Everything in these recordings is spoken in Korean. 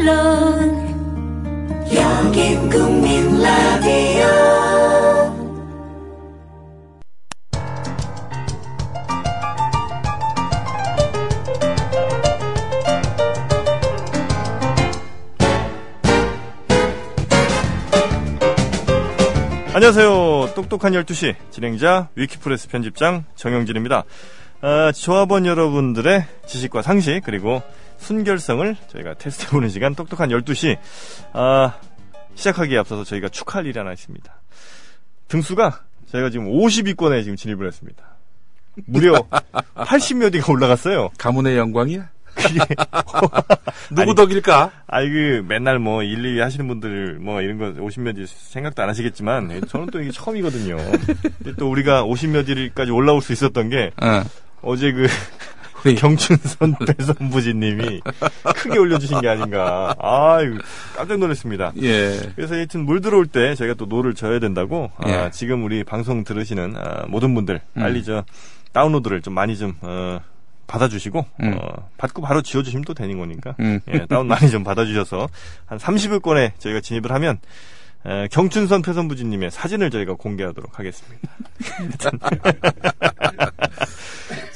물론 여긴 국민 라디오 안녕하세요. 똑똑한 12시 진행자 위키프레스 편집장 정영진입니다. 아, 조합원 여러분들의 지식과 상식 그리고 순결성을 저희가 테스트해보는 시간 똑똑한 12시 아, 시작하기에 앞서서 저희가 축하할 일이 하나 있습니다. 등수가 저희가 지금 50위권에 지금 진입을 했습니다. 무려 80몇 위가 올라갔어요. 가문의 영광이야? 그게 누구 아니. 덕일까? 아이 그 맨날 뭐 1, 2위 하시는 분들 뭐 이런 거 50몇이 생각도 안 하시겠지만 예, 저는 또 이게 처음이거든요. 근데 또 우리가 50몇일까지 올라올 수 있었던 게 어. 어제 그 우리 경춘선 배선부지님이 크게 올려주신 게 아닌가. 아유 깜짝 놀랐습니다. 예. 그래서 하여튼 물 들어올 때 저희가 또 노를 져야 된다고 아, 예. 지금 우리 방송 들으시는 아, 모든 분들 음. 빨리 저 다운로드를 좀 많이 좀 어, 받아주시고 음. 어, 받고 바로 지워주시면 또 되는 거니까 음. 예, 다운 많이 좀 받아주셔서 한 30위권에 저희가 진입을 하면 에, 경춘선 표선부지님의 사진을 저희가 공개하도록 하겠습니다. 일단.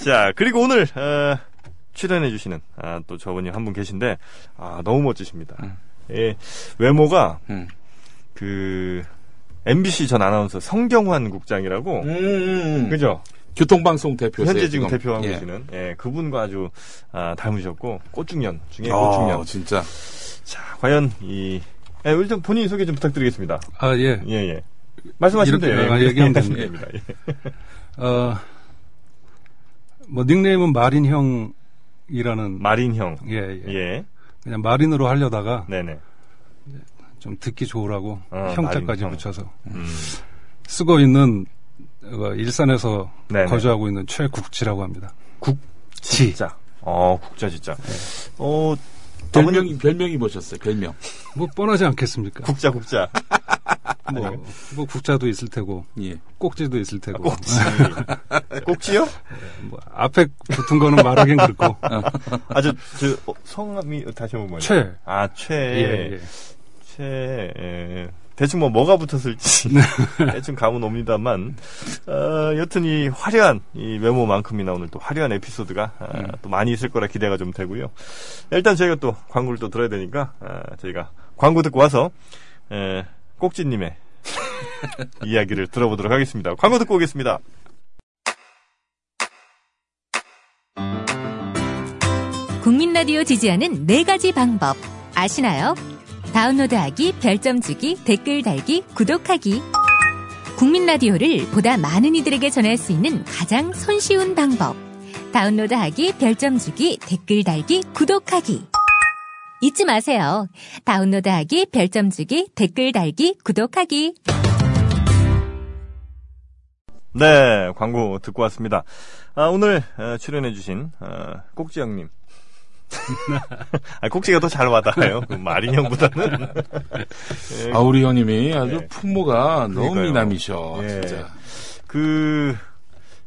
자 그리고 오늘 어, 출연해주시는 아, 또 저분이 한 분 계신데 아, 너무 멋지십니다. 예, 외모가 음. 그 MBC 전 아나운서 성경환 국장이라고 음. 그죠? 음. 그 교통방송 대표세요. 현재 지금 대표하고 계시는 예, 그분과 아주 아, 닮으셨고 꽃중년 중에 아, 꽃중년 진짜. 자, 과연 이 예, 일단 본인 소개 좀 부탁드리겠습니다. 아, 예. 예, 예. 말씀하시면 이렇게, 돼요. 아, 예, 얘기하면 말씀하시면 됩니다. 됩니다. 예. 어, 뭐, 닉네임은 마린형이라는. 예. 마린형. 예, 예. 예. 그냥 마린으로 하려다가 네, 네. 좀 듣기 좋으라고 어, 형자까지 마린형. 붙여서 음. 쓰고 있는 어, 일산에서 네네. 거주하고 있는 최국지라고 합니다. 국지. 네. 진짜. 어, 국자 진짜. 어, 별명이, 별명이 뭐셨어요? 별명. 뭐, 뻔하지 않겠습니까? 국자 국자. 뭐, 뭐 국자도 있을 테고, 예. 꼭지도 있을 테고. 꼭지. 네. 꼭지요? 뭐 앞에 붙은 거는 말하긴 그렇고. 아, 저, 저, 어, 성함이 다시 한번 말해. 최. 아, 최. 예, 예. 최, 예. 대충 뭐, 뭐가 붙었을지, 대충 감은 옵니다만, 어, 여튼 이 화려한, 이 외모만큼이나 오늘 또 화려한 에피소드가, 아, 또 많이 있을 거라 기대가 좀 되고요. 일단 저희가 또 광고를 또 들어야 되니까, 아, 저희가 광고 듣고 와서, 에, 꼭지님의 이야기를 들어보도록 하겠습니다. 광고 듣고 오겠습니다. 국민 라디오 지지하는 네 가지 방법 아시나요? 다운로드하기, 별점 주기, 댓글 달기, 구독하기. 국민 라디오를 보다 많은 이들에게 전할 수 있는 가장 손쉬운 방법. 다운로드하기, 별점 주기, 댓글 달기, 구독하기. 잊지 마세요. 다운로드하기, 별점 주기, 댓글 달기, 구독하기. 네, 광고 듣고 왔습니다. 아, 오늘 어, 출연해주신 어, 꼭지 형님. 아, 꼭지가 더 잘 와닿아요. 그 마린 형보다는. 예, 아, 우리 형님이 아주 예. 풍모가 너무 그러니까요. 미남이셔. 예. 진짜. 그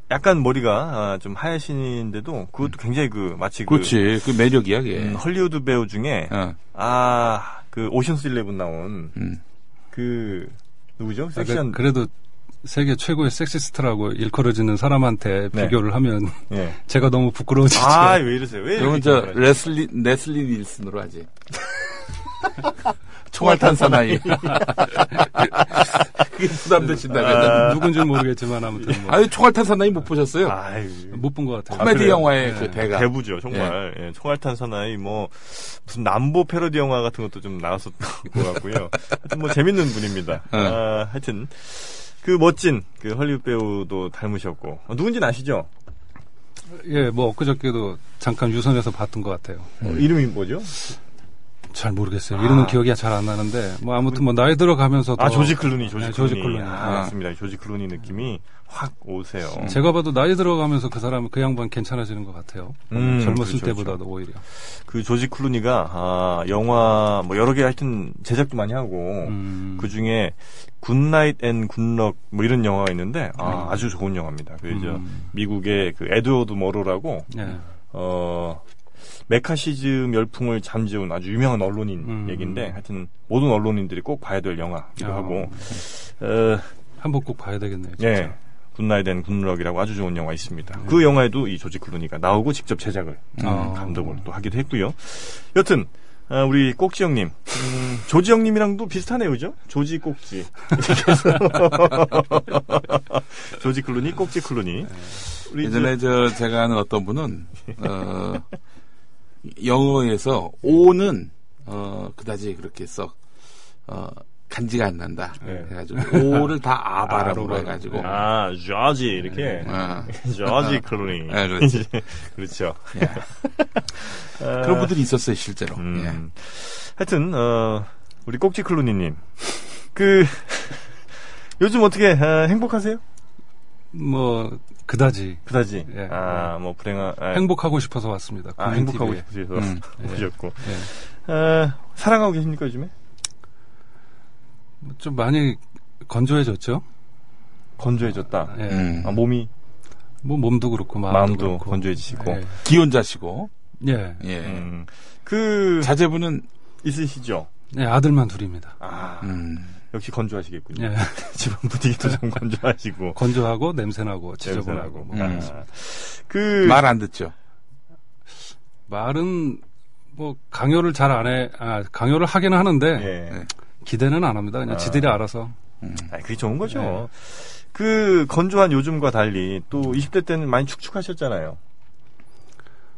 약간 머리가 아, 좀 하얀신인데도 그것도 굉장히 그 마치 그 그렇지. 그 매력이야, 그게. 음, 헐리우드 배우 중에 어. 아 그 오션스 일레븐 나온 음. 그 누구죠? 아, 섹시한 그, 래도 세계 최고의 섹시스트라고 일컬어지는 사람한테 네. 비교를 하면 예. 제가 너무 부끄러워지죠. 아, 왜 이러세요? 왜 이렇게 그러면 저, 정말- 레슬리, 레슬리 닐슨으로 하지. 총알탄 사나이. 그게 부담되신다면. 아. 누군지는 모르겠지만 아무튼 뭐 아유, 총알탄 사나이 못 보셨어요? 아유. 못 본 것 같아요. 아, 코미디 그래요? 영화의 예. 그 대가. 대부죠, 정말. 예, 총알탄 사나이, 뭐, 무슨 남보 패러디 영화 같은 것도 좀 나왔었던 것 같고요. 하여튼 뭐, 재밌는 분입니다. 예. 아, 하여튼, 그 멋진, 그 헐리우드 배우도 닮으셨고, 어, 누군지는 아시죠? 예, 뭐 엊그저께도 잠깐 유선에서 봤던 것 같아요. 어, 이름이 뭐죠? 잘 모르겠어요. 이름은 아. 기억이 잘 안 나는데 뭐 아무튼 뭐 나이 들어가면서 아, 조지 클루니, 조지 네, 클루니. 조지 클루니. 아, 아. 맞습니다. 조지 클루니 느낌이 확 오세요. 제가 봐도 나이 들어가면서 그 사람 그 양반 괜찮아지는 것 같아요. 음, 젊었을 그렇죠, 때보다도 오히려. 그 조지 클루니가, 아, 영화, 뭐, 여러 개 하여튼 제작도 많이 하고, 음, 그 중에 굿나잇 앤 굿럭 뭐 이런 영화가 있는데 아, 네. 아주 좋은 영화입니다. 그 이제 음. 미국의 그 에드워드 머로라고 예. 어 메카시즘 열풍을 잠재운 아주 유명한 언론인 음. 얘기인데 하여튼 모든 언론인들이 꼭 봐야 될 영화기도 아. 네. 하고 어, 한번 꼭 봐야 되겠네요. 진짜. 예. 굿나잇 앤 굿럭이라고 아주 좋은 영화 있습니다. 그 영화에도 이 조지 클루니가 나오고 직접 제작을 음, 음. 아. 감독을 또 하기도 했고요. 여튼 아, 우리 꼭지형님, 음, 조지형님이랑도 비슷하네요, 그죠? 조지 꼭지. 조지 클루니, 꼭지 클루니. 우리 예전에 저 제가 아는 어떤 분은 어, 영어에서 오는 어, 그다지 그렇게 썩 어, 간지가 안 난다. 네. 해가지고 오를 다 아바라고 아로라. 이제- 해가지고 아, 네. 조지 이렇게. 아, 조지 클루니. 네, 그렇지. 그렇죠. 예. 아, 그런 분들이 있었어요 실제로. 예. 음. 하여튼 어, 우리 꼭지 클루니님 그 요즘 어떻게 아, 행복하세요? 뭐 그다지 그다지 예. 아뭐 불행한 아, 행복하고 싶어서 왔습니다. 아, 국민 행복하고 TV 에. 싶으셔서 음. 오셨고 예. 아, 사랑하고 계십니까 요즘에? 뭐좀 많이 건조해졌죠. 건조해졌다. 예. 음. 아, 몸이 뭐 몸도 그렇고 마음도, 마음도 그렇고. 건조해지시고 예. 기혼자시고 예. 예. 음, 그 자제분은 있으시죠? 예, 아들만 둘입니다. 아 음, 역시 건조하시겠군요. 예. 집안 분위기도 좀 건조하시고 건조하고 냄새나고 지저분하고 뭐. 냄새나고. 음. 아, 그 말 안 듣죠. 말은 뭐 강요를 잘 안 해. 아, 강요를 하기는 하는데 예. 네. 기대는 안 합니다. 그냥 아. 지들이 알아서. 음. 아, 그게 좋은 거죠. 그 건조한 요즘과 달리 또 20대 때는 많이 축축하셨잖아요.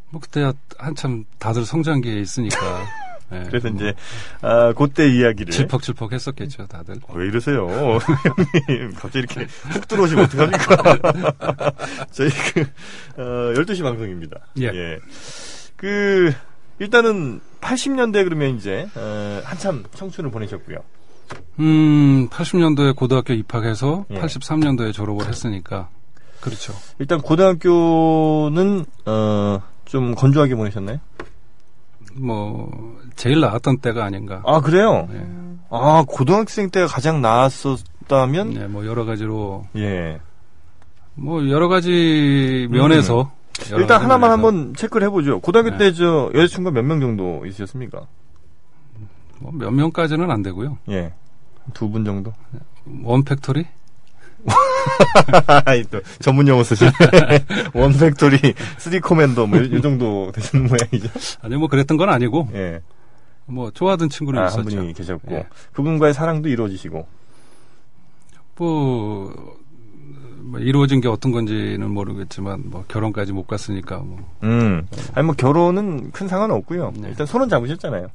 뭐 그때 한참 다들 성장기에 있으니까. 예. 그래서 이제 음. 아, 그때 이야기를 질퍽질퍽 했었겠죠, 다들. 왜 이러세요, 형님? 갑자기 이렇게 훅 들어오시면 어떡합니까? 저희 그 어, 12시 방송입니다. 예. 그 일단은 80년대 그러면 이제 어, 한참 청춘을 보내셨고요. 음, 80년도에 고등학교 입학해서 예. 83년도에 졸업을 했으니까. 그렇죠. 일단 고등학교는 어, 좀 건조하게 보내셨나요? 뭐 제일 나았던 때가 아닌가. 아 그래요? 예. 아 고등학생 때가 가장 나았었다면 네, 뭐 여러 가지로 예. 뭐 여러 가지 면에서 여러 음. 일단 가지 하나만 면에서. 한번 체크를 해보죠. 고등학교 네. 때 저 여자친구 몇 명 정도 있으셨습니까? 뭐몇 명까지는 안 되고요. 예. 두 분 정도? 원 팩토리? 아이, 또, 전문 용어 쓰시네. 원팩토리, 쓰리 코맨더, 뭐, 요, 요 정도 되시는 모양이죠. 아니 뭐 그랬던 건 아니고 예. 뭐 좋아하던 친구는 아, 한 있었죠. 분이 계셨고. 예. 그분과의 사랑도 이루어지시고. 뭐, 뭐 이루어진 게 어떤 건지는 모르겠지만 뭐 결혼까지 못 갔으니까 뭐 음. 아니, 뭐, 결혼은 큰 상관은 없고요. 네. 일단 손은 잡으셨잖아요.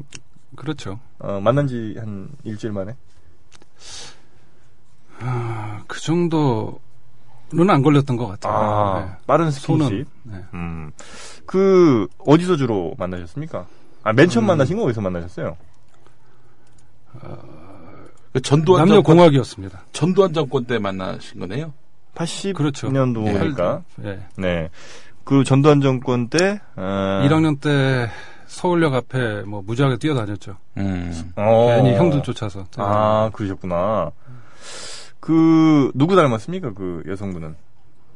그렇죠. 어, 만난 지 한 일주일 만에. 아, 그 정도는 안 걸렸던 것 같아요. 네. 빠른 손은 스킨십. 네. 음. 그, 어디서 주로 만나셨습니까? 아, 맨 처음 만나신 거 어디서 만나셨어요? 그 전두환 남녀 정권 공학이었습니다. 전두환 정권 때 만나신 거네요. 80년도니까. 그렇죠. 예. 네. 그 전두환 정권 때, 어, 1학년 때 서울역 앞에 뭐 무지하게 뛰어다녔죠. 음. 어. 괜히 형들 쫓아서. 아, 그러셨구나. 그, 누구 닮았습니까? 그 여성분은.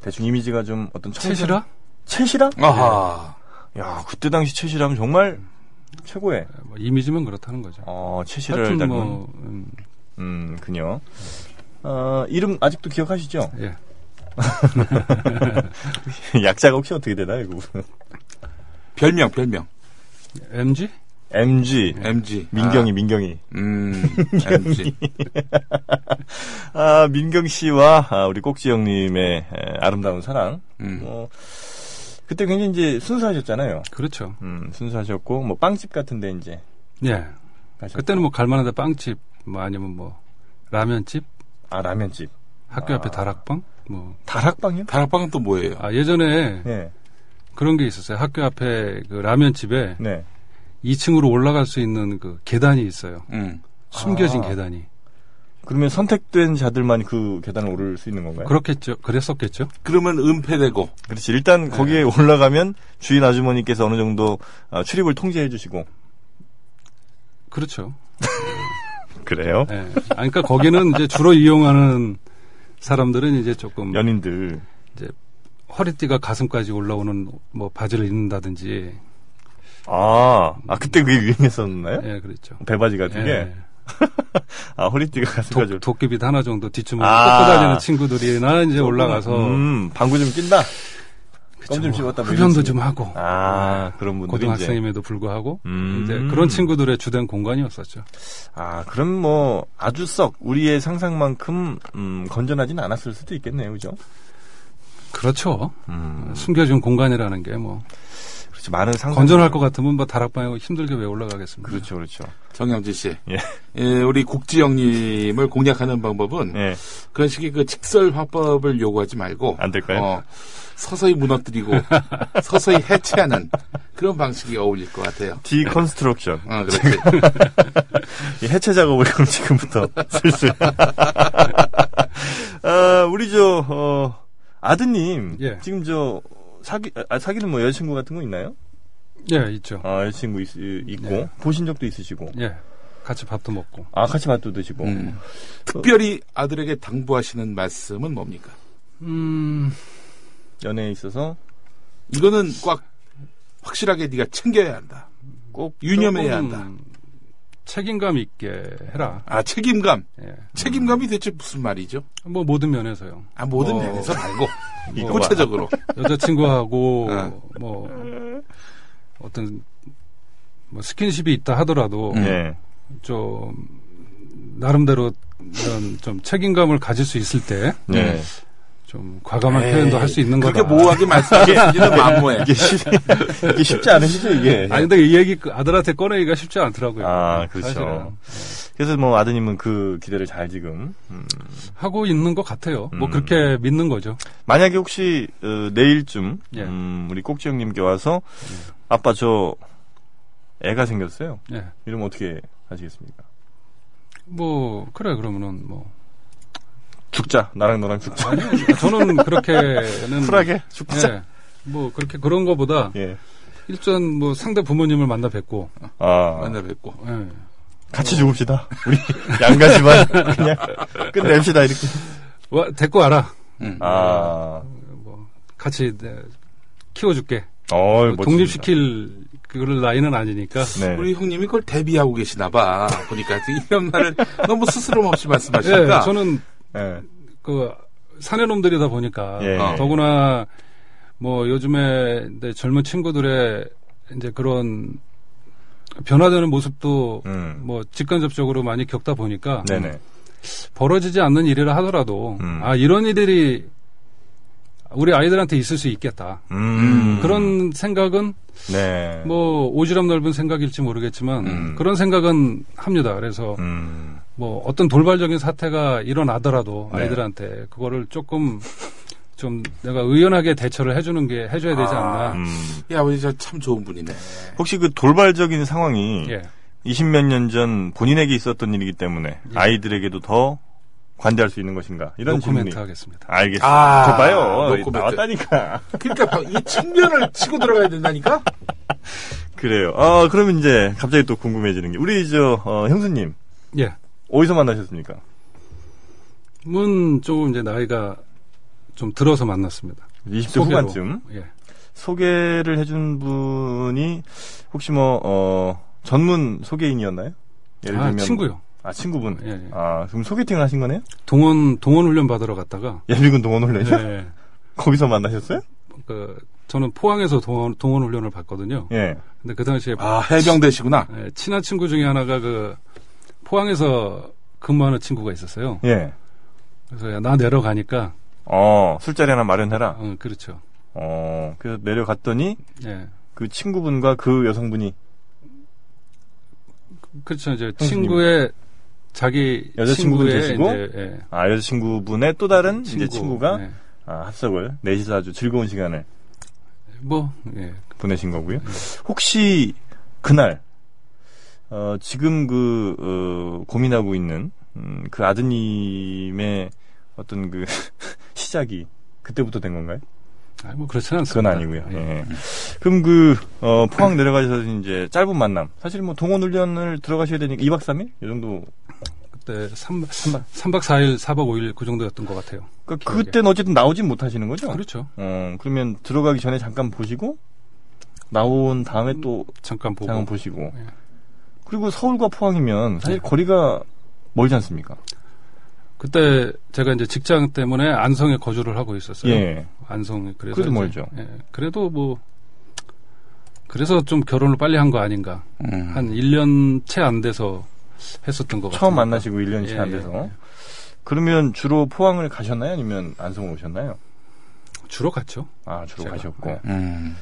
대충 이미지가 좀 어떤 청순- 네. 최실아? 최실아? 아하. 야, 그때 당시 최실아면 정말 최고의, 뭐 이미지면 그렇다는 거죠. 어, 최실아를 하여튼 닮은, 뭐 음, 음, 그녀. 어, 이름 아직도 기억하시죠? 예. 약자가 혹시 어떻게 되나요, 그 부분? 별명 별명 MG? MG. MG 예. 민경이, 민경이. 아, 음 MG 아, 민경 씨와 아, 우리 꼭지영님의 에, 아름다운 사랑. 음. 뭐, 그때 굉장히 이제 순수하셨잖아요. 그렇죠. 음, 순수하셨고, 뭐, 빵집 같은데 이제 예. 가셨고. 그때는 뭐 갈만한데 빵집, 뭐 아니면 뭐 라면집, 아, 라면집. 학교 아. 앞에 다락방, 뭐. 다락방이요? 다락방은 또 뭐예요? 아 예전에 네. 그런 게 있었어요. 학교 앞에 그 라면집에 네. 2층으로 올라갈 수 있는 그 계단이 있어요. 음. 숨겨진 아. 계단이. 그러면 선택된 자들만 그 계단을 오를 수 있는 건가요? 그렇겠죠. 그랬었겠죠. 그러면 은폐되고 그렇지. 일단 거기에 올라가면 주인 아주머니께서 어느 정도 아, 출입을 통제해 주시고. 그렇죠. 그래요? 예. 아, 그러니까 거기는 이제 주로 이용하는 사람들은 이제 조금 연인들. 허리띠가 가슴까지 올라오는 뭐 바지를 입는다든지 아, 아 그때 그게 유행했었나요? 예, 그렇죠. 네? 배바지 같은 게. 예. 아, 허리띠가 가슴까지. 올- 도, 도깨비도 하나 정도 뒷주머니 아. 꽂고 다니는 친구들이나 이제 올라가서 음, 방구 좀 낀다. 그쵸, 껌좀 씹었다. 뭐 이런 흡연도 식으로. 좀 하고 아, 그런 분들이 이제. 고등학생임에도 불구하고 음. 이제 그런 친구들의 주된 공간이었었죠. 아, 그럼 뭐 아주 썩 우리의 상상만큼 음, 건전하진 않았을 수도 있겠네요, 그죠? 그렇죠. 음, 숨겨진 공간이라는 게 뭐 그렇죠. 많은 상상. 건전할 것 같으면 뭐 다락방에 힘들게 왜 올라가겠습니까? 그렇죠, 그렇죠. 정영진 씨. 예. 예, 우리 국지영님을 공략하는 방법은 예, 그런 식의 그 직설 화법을 요구하지 말고 안 될까요? 어, 서서히 무너뜨리고 서서히 해체하는 그런 방식이 어울릴 것 같아요. 디컨스트럭션. 어, 그렇지. 이 해체 작업을 그럼 지금부터 슬슬. 아, 우리 저 어, 아드님 예. 지금 저 사기 아, 사귀는 뭐 여자친구 같은 거 있나요? 예, 있죠. 아, 여자친구 있, 있고 보신 적도 있으시고. 예. 같이 밥도 먹고. 아, 같이 맛도 드시고. 음. 특별히 아들에게 당부하시는 말씀은 뭡니까? 음, 연애에 있어서 이거는 꽉 확실하게 네가 챙겨야 한다. 꼭 유념해야 조금 한다. 그러니까 책임감 있게 해라. 아 책임감. 예. 책임감이 대체 무슨 말이죠? 뭐 모든 면에서요. 아 모든 어. 면에서 말고 이거 봐. 구체적으로. 여자친구하고 아. 어. 뭐 어떤 뭐 스킨십이 있다 하더라도 음. 예. 좀 나름대로 이런 좀 책임감을 가질 수 있을 예. 때 좀 과감한 네. 표현도 할 수 있는 거다. 네. 그렇게 모호하게 말씀하시는 만모해. 이게, 쉽, 이게 쉽지 않으시죠, 이게. 아니 근데 이 얘기 그 아들한테 꺼내기가 쉽지 않더라고요. 아, 그렇죠. 사실은. 그래서 뭐 아드님은 그 기대를 잘 지금. 음. 하고 있는 것 같아요. 뭐 음. 그렇게 믿는 거죠. 만약에 혹시 어, 내일쯤 예. 음, 우리 꼭지 형님께 와서 아빠 저 애가 생겼어요. 예. 이러면 어떻게 하시겠습니까? 뭐 그래 그러면은 뭐 죽자. 나랑 너랑 죽자. 아니요 저는 그렇게는 쿨하게 죽자. 예. 뭐 그렇게 그런 거보다 예. 일단 뭐 상대 부모님을 만나 뵙고 아, 만나 뵙고. 예. 같이 죽읍시다. 우리 양가지만 그냥 끝냅시다 이렇게. 와 데리고 와라. 음. 아, 뭐 같이 내- 키워줄게. 어, 뭐 독립시킬 그럴 나이는 아니니까. 네. 우리 형님이 그걸 대비하고 계시나 봐. 보니까 이런 말을 너무 스스럼 없이 예, 말씀하시니까. 저는 예. 그 사내놈들이다 보니까 예. 어. 더구나 뭐 요즘에 이제 젊은 친구들의 이제 그런 변화되는 모습도 음. 뭐 직간접적으로 많이 겪다 보니까 네네. 벌어지지 않는 일이라 하더라도 음. 아 이런 일들이 우리 아이들한테 있을 수 있겠다 음. 그런 생각은 네. 뭐 오지랖 넓은 생각일지 모르겠지만 음. 그런 생각은 합니다 그래서 음. 뭐 어떤 돌발적인 사태가 일어나더라도 네. 아이들한테 그거를 조금 좀 내가 의연하게 대처를 해주는 게 해줘야 되지 않나. 음. 이 아버지 저 참 좋은 분이네. 혹시 그 돌발적인 상황이 예. 20몇 년 전 본인에게 있었던 일이기 때문에 예. 아이들에게도 더 관대할 수 있는 것인가? 이런 노코멘트 질문이. 하겠습니다. 알겠습니다. 아, 봐요. 노코멘트. 나왔다니까. 그러니까 바- 이 측면을 치고 들어가야 된다니까. 그래요. 아, 그러면 이제 갑자기 또 궁금해지는 게 우리 저 어, 형수님 예. 어디서 만나셨습니까? 문 조금 이제 나이가 좀 들어서 만났습니다. 20대 소개로. 후반쯤 예. 소개를 해준 분이 혹시 뭐 어, 전문 소개인이었나요? 예를 아, 들면 친구요. 아 친구분. 예, 예. 아 그럼 소개팅을 하신 거네요? 동원 동원 훈련 받으러 갔다가 예비군 동원 훈련이요? 예. 거기서 만나셨어요? 그 저는 포항에서 동원, 동원 훈련을 받거든요. 예. 근데 그 당시에 아 해병대시구나. 예, 친한 친구 중에 하나가 그 포항에서 근무하는 친구가 있었어요. 예. 그래서 야, 나 내려가니까 어, 술자리 하나 마련해라. 어, 그렇죠. 어, 그래서 내려갔더니 예. 그 친구분과 그 여성분이 그렇죠. 이제 형수님. 친구의 자기 여자친구도 친구의 되시고? 이제, 예, 아, 여자친구분의 또 다른 이제 친구, 친구가 예. 아, 합석을 넷이서 아주 즐거운 시간을 뭐 예. 보내신 거고요. 혹시 그날 어, 지금 그 어, 고민하고 있는 음, 그 아드님의 어떤 그 시작이 그때부터 된 건가요? 아니 뭐 그렇지는 그건 않습니다. 아니고요. 예. 예. 그럼 그 어, 포항 내려가셔서 이제 짧은 만남. 사실 뭐 동원 훈련을 들어가셔야 되니까 2박 3일 이 정도. 그때 삼삼박사일사박오일그 정도였던 것 같아요. 그러니까 기억에. 아. 그때는 그렇죠. 어쨌든 나오진 못하시는 거죠. 그렇죠. 어, 그러면 들어가기 전에 잠깐 보시고 나온 다음에 또 잠깐 보고 장은 보시고 예. 네. 그리고 서울과 포항이면 사실 거리가 멀지 않습니까? 그때 제가 이제 직장 때문에 안성에 거주를 하고 있었어요. 예. 안성에 그래서 그래도 이제- 멀죠. 예. 그래도 뭐 그래서 좀 결혼을 빨리 한 거 아닌가. 음. 한 1년 채 안 돼서 했었던 것뭐 같아요. 처음 만나시고 1년이 채 안 예, 예, 돼서 그러면 주로 포항을 가셨나요? 아니면 안성 오셨나요? 주로 갔죠. 아 주로 제가. 네. 가셨고 음.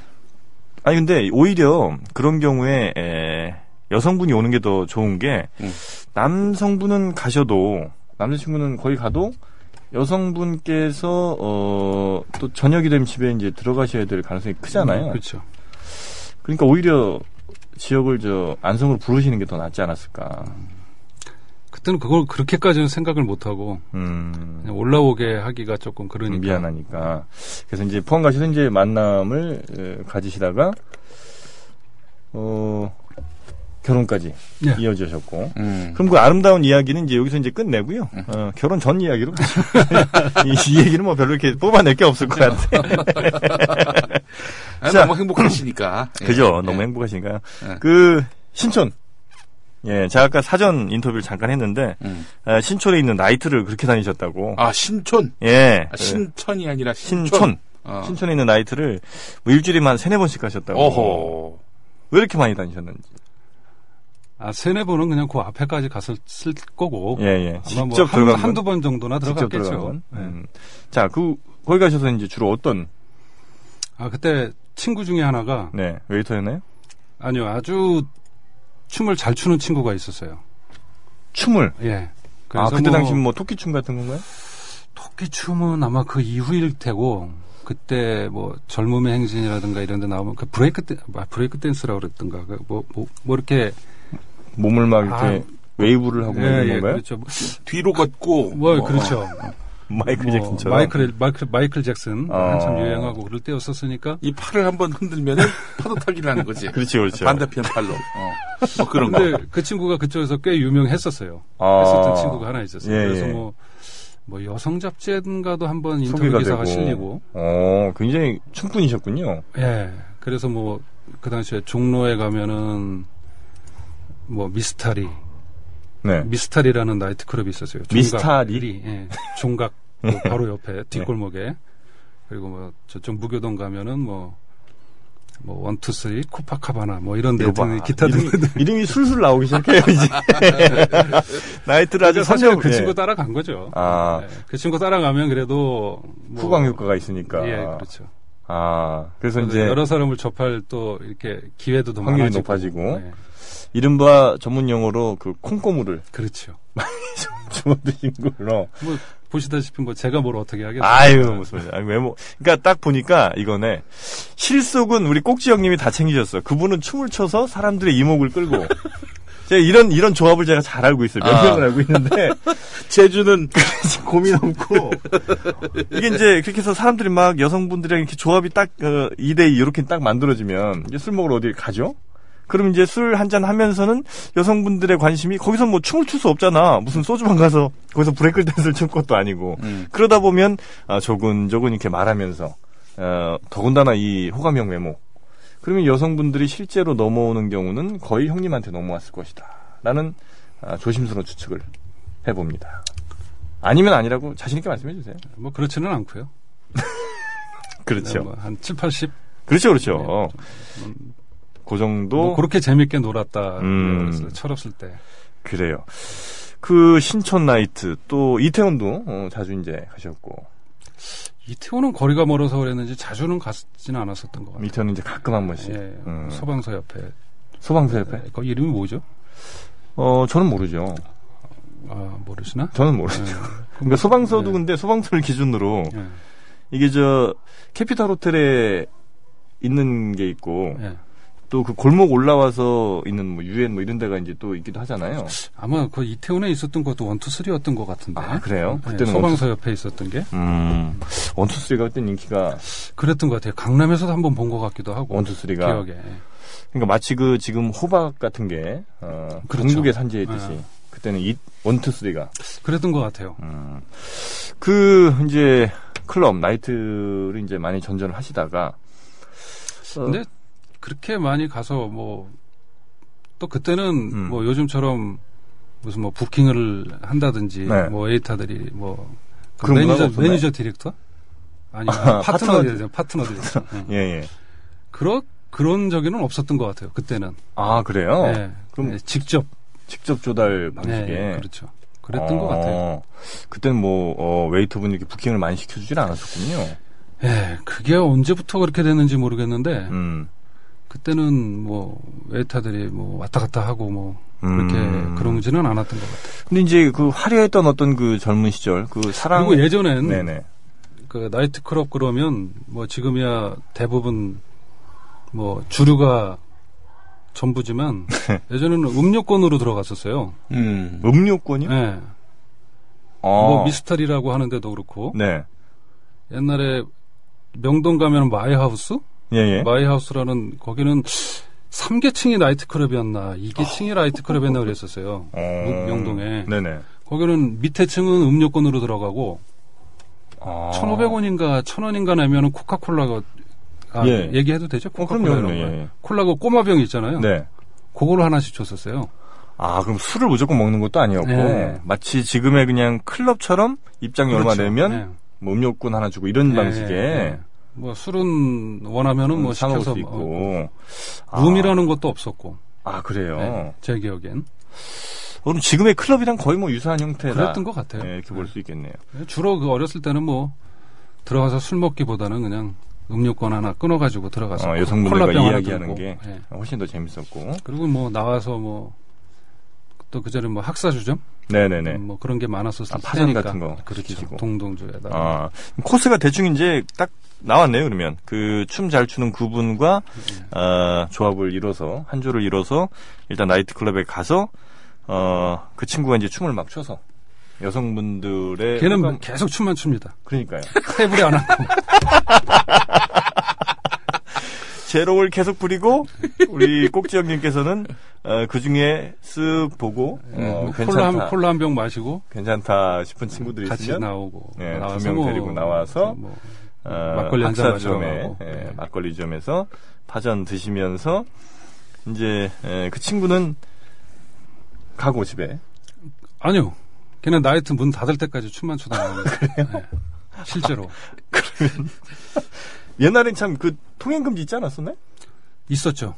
아니 근데 오히려 그런 경우에 에, 여성분이 오는 게 더 좋은 게 음. 남성분은 가셔도 남자친구는 거기 가도 여성분께서 어또 저녁이 되면 집에 이제 들어가셔야 될 가능성이 크잖아요. 그렇죠. 그러니까 오히려 지역을 저 안성으로 부르시는 게 더 낫지 않았을까. 그때는 그걸 그렇게까지는 생각을 못 하고 음. 그냥 올라오게 하기가 조금 그러니까 미안하니까. 그래서 이제 포항 가셔서 이제 만남을 에, 가지시다가 어 결혼까지 예. 이어지셨고. 음. 그럼 그 아름다운 이야기는 이제 여기서 이제 끝내고요. 어, 결혼 전 이야기로 가시죠. 이, 이 얘기는 뭐 별로 이렇게 뽑아낼 게 없을 것 네. 같아. 아, 자. 음. 너무 행복하시니까. 예. 그죠? 예. 네. 너무 행복하신가요? 예. 그 신촌. 예, 제가 아까 사전 인터뷰를 잠깐 했는데 음. 아, 신촌에 있는 나이트를 그렇게 다니셨다고. 아 신촌. 예. 아, 신천이 아니라 신촌. 신촌. 어. 신촌에 있는 나이트를 뭐 일주일에 만 세네 번씩 가셨다고. 어허. 왜 이렇게 많이 다니셨는지. 아 세네 번은 그냥 그 앞에까지 갔을 거고 예, 예. 아마 직접 들어간 건? 뭐한두번 정도나 직접 들어갔겠죠. 네. 들어간 건. 음. 자, 그 거기 가셔서 이제 주로 어떤 아 그때 친구 중에 하나가 네, 웨이터였나요? 아니요 아주 춤을 잘 추는 친구가 있었어요. 춤을. 예. 아, 그때 뭐 당시 뭐 토끼춤 같은 건가요? 토끼 춤은 아마 그 이후일 테고 그때 뭐 젊음의 행진이라든가 이런 데 나오면 그 브레이크 댄 아, 브레이크 댄스라고 그랬던가 그 뭐, 뭐, 뭐 이렇게 몸을 막 이렇게 웨이브를 하고 있는 예, 건가요? 아, 그렇죠. 뭐, 뒤로 걷고. 어, 뭐, 그렇죠. 마이클 뭐, 잭슨처럼. 마이클 마이클 마이클 잭슨 아. 한참 유행하고 그럴 때였었으니까 이 팔을 한번 흔들면은 파도 타기를 하는 거지. 그렇지, 그렇죠. 반대편 팔로. 어. 뭐 그런 거. 근데 그 친구가 그쪽에서 꽤 유명했었어요. 아. 했었던 친구가 하나 있었어요. 예, 그래서 예. 뭐, 뭐 여성 잡지인가도 한번 인터뷰 소개가 기사가 되고. 실리고, 어, 굉장히 춤꾼이셨군요. 예. 그래서 뭐 그 당시에 종로에 가면은 뭐 미스터리, 네. 미스터리라는 나이트 클럽이 있었어요. 종각 미스터리? 일이, 예. 종각 뭐 바로 네. 옆에 뒷골목에 그리고 뭐 저쪽 무교동 가면은 뭐. 뭐 원투쓰리 코파카바나 뭐 이런 데 이거 봐. 등등 기타 등 이름이, 이름이 술술 나오기 시작해요, 이제. 나이트를 아주 사실 그 선정- 친구 예. 따라간 거죠. 아. 예, 그 친구 따라가면 그래도 뭐- 후광 효과가 있으니까. 예, 그렇죠. 아, 그래서 이제 여러 사람을 접할 또 이렇게 기회도 더 확률이 많아지고. 높아지고. 예, 이른바 전문 용어로 그 콩고물을 그렇죠. 주워 드신 걸로. 뭐 보시다시피 뭐 제가 뭘 어떻게 하겠어요. 아유, 무슨 말이야. 아니, 외모. 그러니까 딱 보니까 이거네. 실속은 우리 꼭지 형님이 다 챙기셨어. 그분은 춤을 춰서 사람들의 이목을 끌고. 제가 이런 이런 조합을 제가 잘 알고 있어요. 몇 아. 명을 알고 있는데 제주는 고민 없고 이게 이제 그렇게 해서 사람들이 막 여성분들이랑 이렇게 조합이 딱 어, 2대2 이렇게 딱 만들어지면 이제 술 먹으러 어디 가죠? 그럼 이제 술 한 잔 하면서는 여성분들의 관심이 거기서 뭐 춤을 출 수 없잖아. 무슨 소주방 가서 거기서 브레이크 댄스를 출 것도 아니고 음. 그러다 보면 아, 조근조근 이렇게 말하면서 어, 더군다나 이 호감형 외모 그러면 여성분들이 실제로 넘어오는 경우는 거의 형님한테 넘어왔을 것이다. 라는 아, 조심스러운 추측을 해봅니다. 아니면 아니라고 자신있게 말씀해 주세요. 뭐 그렇지는 않고요. 그렇죠. 뭐한 7, 80. 그렇죠, 그렇죠. 그 정도 뭐 그렇게 재밌게 놀았다. 음. 그랬어요. 철없을 때. 그래요. 그 신촌 나이트 또 이태원도 어, 자주 이제 가셨고 이태원은 거리가 멀어서 그랬는지 자주는 갔지는 않았었던 것 같아요. 이태원은 이제 가끔 한 번씩 예, 음. 네. 소방서 옆에. 소방서 옆에 그 이름이 뭐죠? 어 저는 모르죠. 아 모르시나? 저는 모르죠. 예. 그러니까 소방서도 예. 근데 소방서를 기준으로 예. 이게 저 캐피탈 호텔에 있는 게 있고 예. 또 그 골목 올라와서 있는 뭐 유엔 뭐 이런 데가 이제 또 있기도 하잖아요. 아마 그 이태원에 있었던 것도 원투쓰리였던 것 같은데. 아, 그래요? 네, 그때는 소방서 옆에 있었던 게 음 원투쓰리가 그때 인기가 그랬던 것 같아요. 강남에서도 한번 본 것 같기도 하고. 원투쓰리가 기억에. 예. 그러니까 마치 그 지금 호박 같은 게 어, 그렇죠. 중국에 산지에 있듯이 네. 그때는 이 원투쓰리가 그랬던 것 같아요. 음. 그 이제 클럽 나이트를 이제 많이 전전을 하시다가 어, 근데 그렇게 많이 가서 뭐 또 그때는 음. 뭐 요즘처럼 무슨 뭐 부킹을 한다든지 네. 뭐 에이타들이 뭐그 그런 문화가 매니저 없었나요? 매니저 디렉터 아니 아, 파트너 파트너- 디렉터 파트너 디렉터 예. 예, 예. 그런 그런 적에는 없었던 것 같아요 그때는 아, 그래요? 예. 그럼 예, 직접 직접 조달 방식에. 예, 그렇죠 그랬던 어, 것 같아요 그때는 뭐, 어, 웨이터분이 이렇게 부킹을 많이 시켜주진 않았었군요. 예 그게 언제부터 그렇게 됐는지 모르겠는데 음. 그때는 뭐 에이타들이 뭐 왔다 갔다 하고 뭐 그렇게 음. 그런지는 않았던 것 같아요 근데 이제 그 화려했던 어떤 그 젊은 시절, 그 사랑. 그리고 예전엔 네네. 그 나이트 클럽 그러면 뭐 지금이야 대부분 뭐 주류가 전부지만 예전에는 음료권으로 들어갔었어요. 음. 예. 음료권이요? 아. 뭐 미스터리라고 하는데도 그렇고 네. 옛날에 명동 가면 마이하우스, 예, 예. 마이하우스라는 거기는 3계층이 나이트 클럽이었나 2계층이 나이트 클럽이었나 그랬었어요. 어. 명동에. 네네. 거기는 밑에 층은 음료권으로 들어가고 아. 1,500원인가 1,000원인가 내면은 코카콜라가 아, 예. 얘기해도 되죠? 어, 코카콜라 그럼요, 이런 그럼요. 거. 예, 예. 콜라가 꼬마병 있잖아요. 네. 그거를 하나씩 줬었어요. 아, 그럼 술을 무조건 먹는 것도 아니었고, 네. 마치 지금의 그냥 클럽처럼 입장료 얼마 그렇죠. 내면, 예. 뭐 음료권 하나 주고 이런 예, 방식에. 예, 예. 뭐 술은 원하면은 뭐 사 먹을 시켜서 음, 수 뭐 있고. 아. 룸이라는 것도 없었고 아, 그래요. 예, 제 기억엔 어, 그럼 지금의 클럽이랑 거의 뭐 유사한 형태다. 그랬던 것 같아요. 네, 이렇게 볼 수 있겠네요. 주로 그 어렸을 때는 뭐 들어가서 술 먹기보다는 그냥 음료권 하나 끊어가지고 들어가서 어, 콜- 여성분들과 콜라병 하나 이야기하는 들고. 게 어, 예. 훨씬 더 재밌었고. 그리고 뭐 나와서 뭐 또 그전에 뭐 학사주점 네네네. 뭐 그런 게 많았었을 아, 파전 때니까. 같은 거 그렇죠. 시키고. 동동주에다가 아, 코스가 대충 이제 딱 나왔네요, 그러면. 그 춤 잘 추는 그분과, 음. 아, 조합을 이뤄서, 한 조를 이뤄서, 일단 나이트클럽에 가서, 어, 그 친구가 이제 춤을 막 춰서, 여성분들의. 걔는 호감- 계속 춤만 춥니다. 그러니까요. 테이블에 안 앉고 제롱을 계속 부리고, 우리 꼭지 형님께서는, 어, 그 중에 쓱 보고, 어, 뭐 콜라 괜찮다. 한, 콜라 한 병 마시고 괜찮다 싶은 친구들이 같이 있으면 나오고 예, 나와서 두명 뭐- 데리고 나와서 뭐 어, 막걸리 한잔 학사점에, 마셔가고. 예, 네. 막걸리점에서 파전 드시면서 이제 예, 그 친구는 가고 집에 아니요. 걔는 나이트 문 닫을 때까지 춤만 추다 나옵니다. 그래요? 실제로 옛날엔 참 그 통행 금지 있지 않았었나요? 있었죠.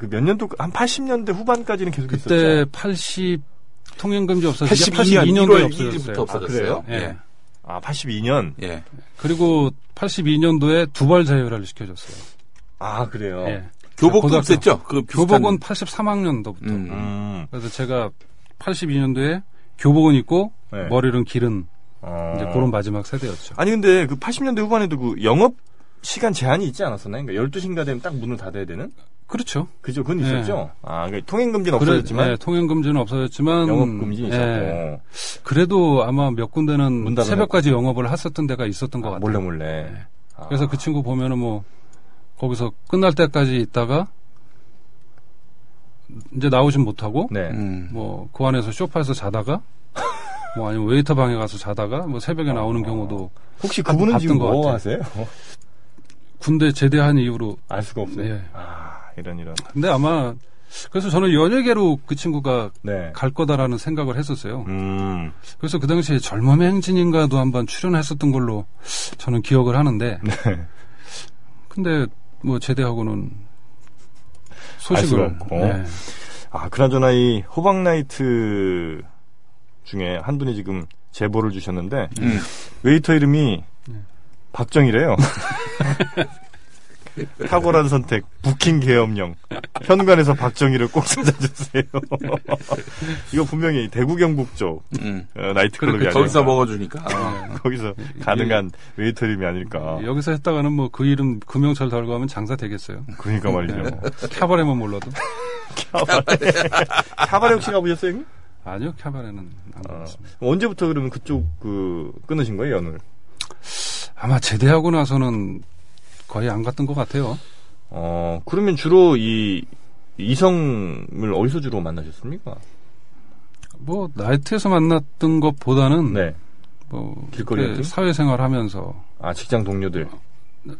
그 몇 년도 한 80년대 후반까지는 계속 그때 있었죠. 80 통행금지 없어서 82년 82년도에 1월 1일부터 없어졌어요. 없어졌어요. 그래요? 예. 아 82년. 예. 예. 그리고 82년도에 두발 자율화를 시켜줬어요. 아 그래요. 예. 교복도 고등학교. 없앴죠? 그 비슷한- 교복은 83학년도부터. 음. 음. 그래서 제가 82년도에 교복은 입고 네. 머리는 기른 어. 이제 그런 마지막 세대였죠. 아니 근데 그 80년대 후반에도 그 영업 시간 제한이 있지 않았었나요? 그러니까 12시인가 되면 딱 문을 닫아야 되는? 그렇죠. 그죠? 그건 예. 있었죠. 아, 그러니까 통행 금지는 없어졌지만 그래, 예, 통행금지는 없어졌지만 영업 금지는 있었고. 예, 그래도 아마 몇 문 군데는 닫아놓고. 새벽까지 영업을 했었던 데가 있었던 것 아, 같아요. 몰래 몰래. 아. 그래서 그 친구 보면은 뭐 거기서 끝날 때까지 있다가 이제 나오진 못하고 네. 음. 뭐 그 안에서 쇼파에서 자다가 뭐 아니면 웨이터 방에 가서 자다가 뭐 새벽에 나오는 경우도 혹시 그분은 지금 봤던 것 뭐 같아요. 하세요? 군대 제대한 이후로 알 수가 없어요. 예. 아, 이런 이런. 근데 아마 그래서 저는 연예계로 그 친구가 네. 갈 거다라는 생각을 했었어요. 음. 그래서 그 당시에 젊음의 행진인가도 한번 출연했었던 걸로 저는 기억을 하는데. 네. 근데 뭐 제대하고는 수가 소식을 네. 없고. 아, 그나저나 이 호박 나이트 중에 한 분이 지금 제보를 주셨는데 음. 웨이터 이름이 박정이래요. 탁월한 선택, 부킹 계엄령. 현관에서 박정희를 꼭 찾아주세요. 이거 분명히 대구 경북 쪽 음. 어, 나이트클럽이 아닐까. 예. 거기서 먹어주니까. 거기서 가능한 웨이터 이름이 아닐까. 여기서 했다가는 뭐 그 이름 금영철 달고 하면 장사 되겠어요. 그러니까 말이죠. 캬바레만 몰라도 사바레 혹시 가보셨어요? 형님? 아니요 캬바레는 안 어. 가봤습니다. 언제부터 그러면 그쪽 그 끊으신 거예요 연을? 아마 제대하고 나서는 거의 안 갔던 것 같아요. 어 그러면 주로 이 이성을 어디서 주로 만나셨습니까? 뭐 나이트에서 만났던 것보다는 네. 뭐 길거리 이렇게 같은? 사회생활하면서 아 직장 동료들.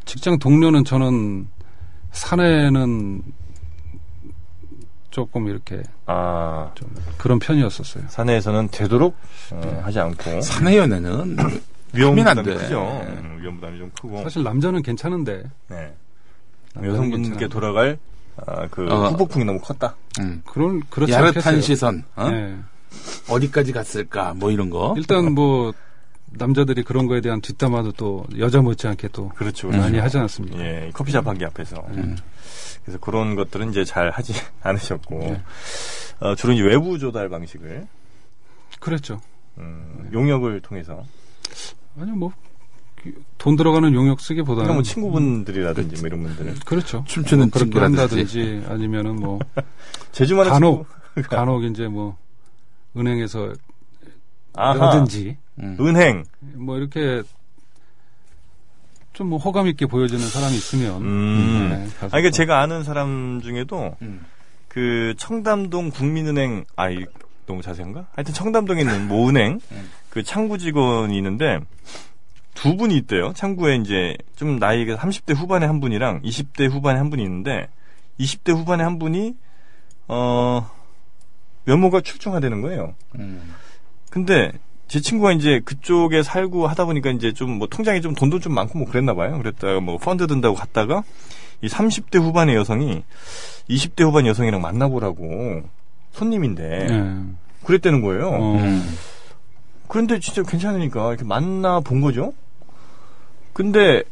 직장 동료는 저는 산에는 조금 이렇게 아, 좀 그런 편이었었어요. 사내에서는 되도록 어, 네. 하지 않고 사내 연애는 음. 위험 하면 안 부담이 돼. 크죠. 네. 음, 위험 부담이 좀 크고 사실 아, 남자는 괜찮은데 네. 남자는 여성분께 괜찮은데. 돌아갈 아, 그 어. 후폭풍이 너무 컸다. 음, 그런 그렇지 야릇한 않겠어요. 시선 어? 예. 디까지 갔을까 뭐 이런 거 일단 뭐 남자들이 그런 거에 대한 뒷담화도 또 여자 못지않게 또 그렇죠. 음. 음. 많이 하지 않습니까? 예, 이 커피숍 한 개 앞에서. 음. 그래서 그런 것들은 이제 잘 하지 않으셨고, 네. 어, 주로 이제 외부 조달 방식을, 그랬죠. 음, 네. 용역을 통해서. 아니요 뭐 돈 들어가는 용역 쓰기보다는 그러니까 뭐 친구분들이라든지 뭐 이런 분들은. 그렇죠. 춤추는 뭐 그렇게 친구라든지. 한다든지 아니면은 뭐 제주만의 간혹. 친구- 그러니까. 간혹 이제 뭐 은행에서 아하, 라든지 음. 은행. 뭐 이렇게 좀 뭐 호감 있게 보여지는 사람이 있으면 음. 네, 가서 아, 그러니까 또- 제가 아는 사람 중에도 음. 그 청담동 국민은행, 아, 이- 너무 자세한가? 하여튼 청담동에 있는 모 은행, 음. 그 창구 직원이 있는데, 두 분이 있대요. 창구에 이제 좀 나이가 30대 후반에 한 분이랑 20대 후반에 한 분이 있는데, 20대 후반에 한 분이, 어, 외모가 출중화되는 거예요. 음. 근데 제 친구가 이제 그쪽에 살고 하다 보니까 이제 좀 뭐 통장에 좀 돈도 좀 많고 뭐 그랬나 봐요. 그랬다가 뭐 펀드 든다고 갔다가 이 30대 후반의 여성이 20대 후반 여성이랑 만나보라고 손님인데 예. 그랬다는 거예요. 어, 음. 그런데 진짜 괜찮으니까 이렇게 만나 본 거죠. 근데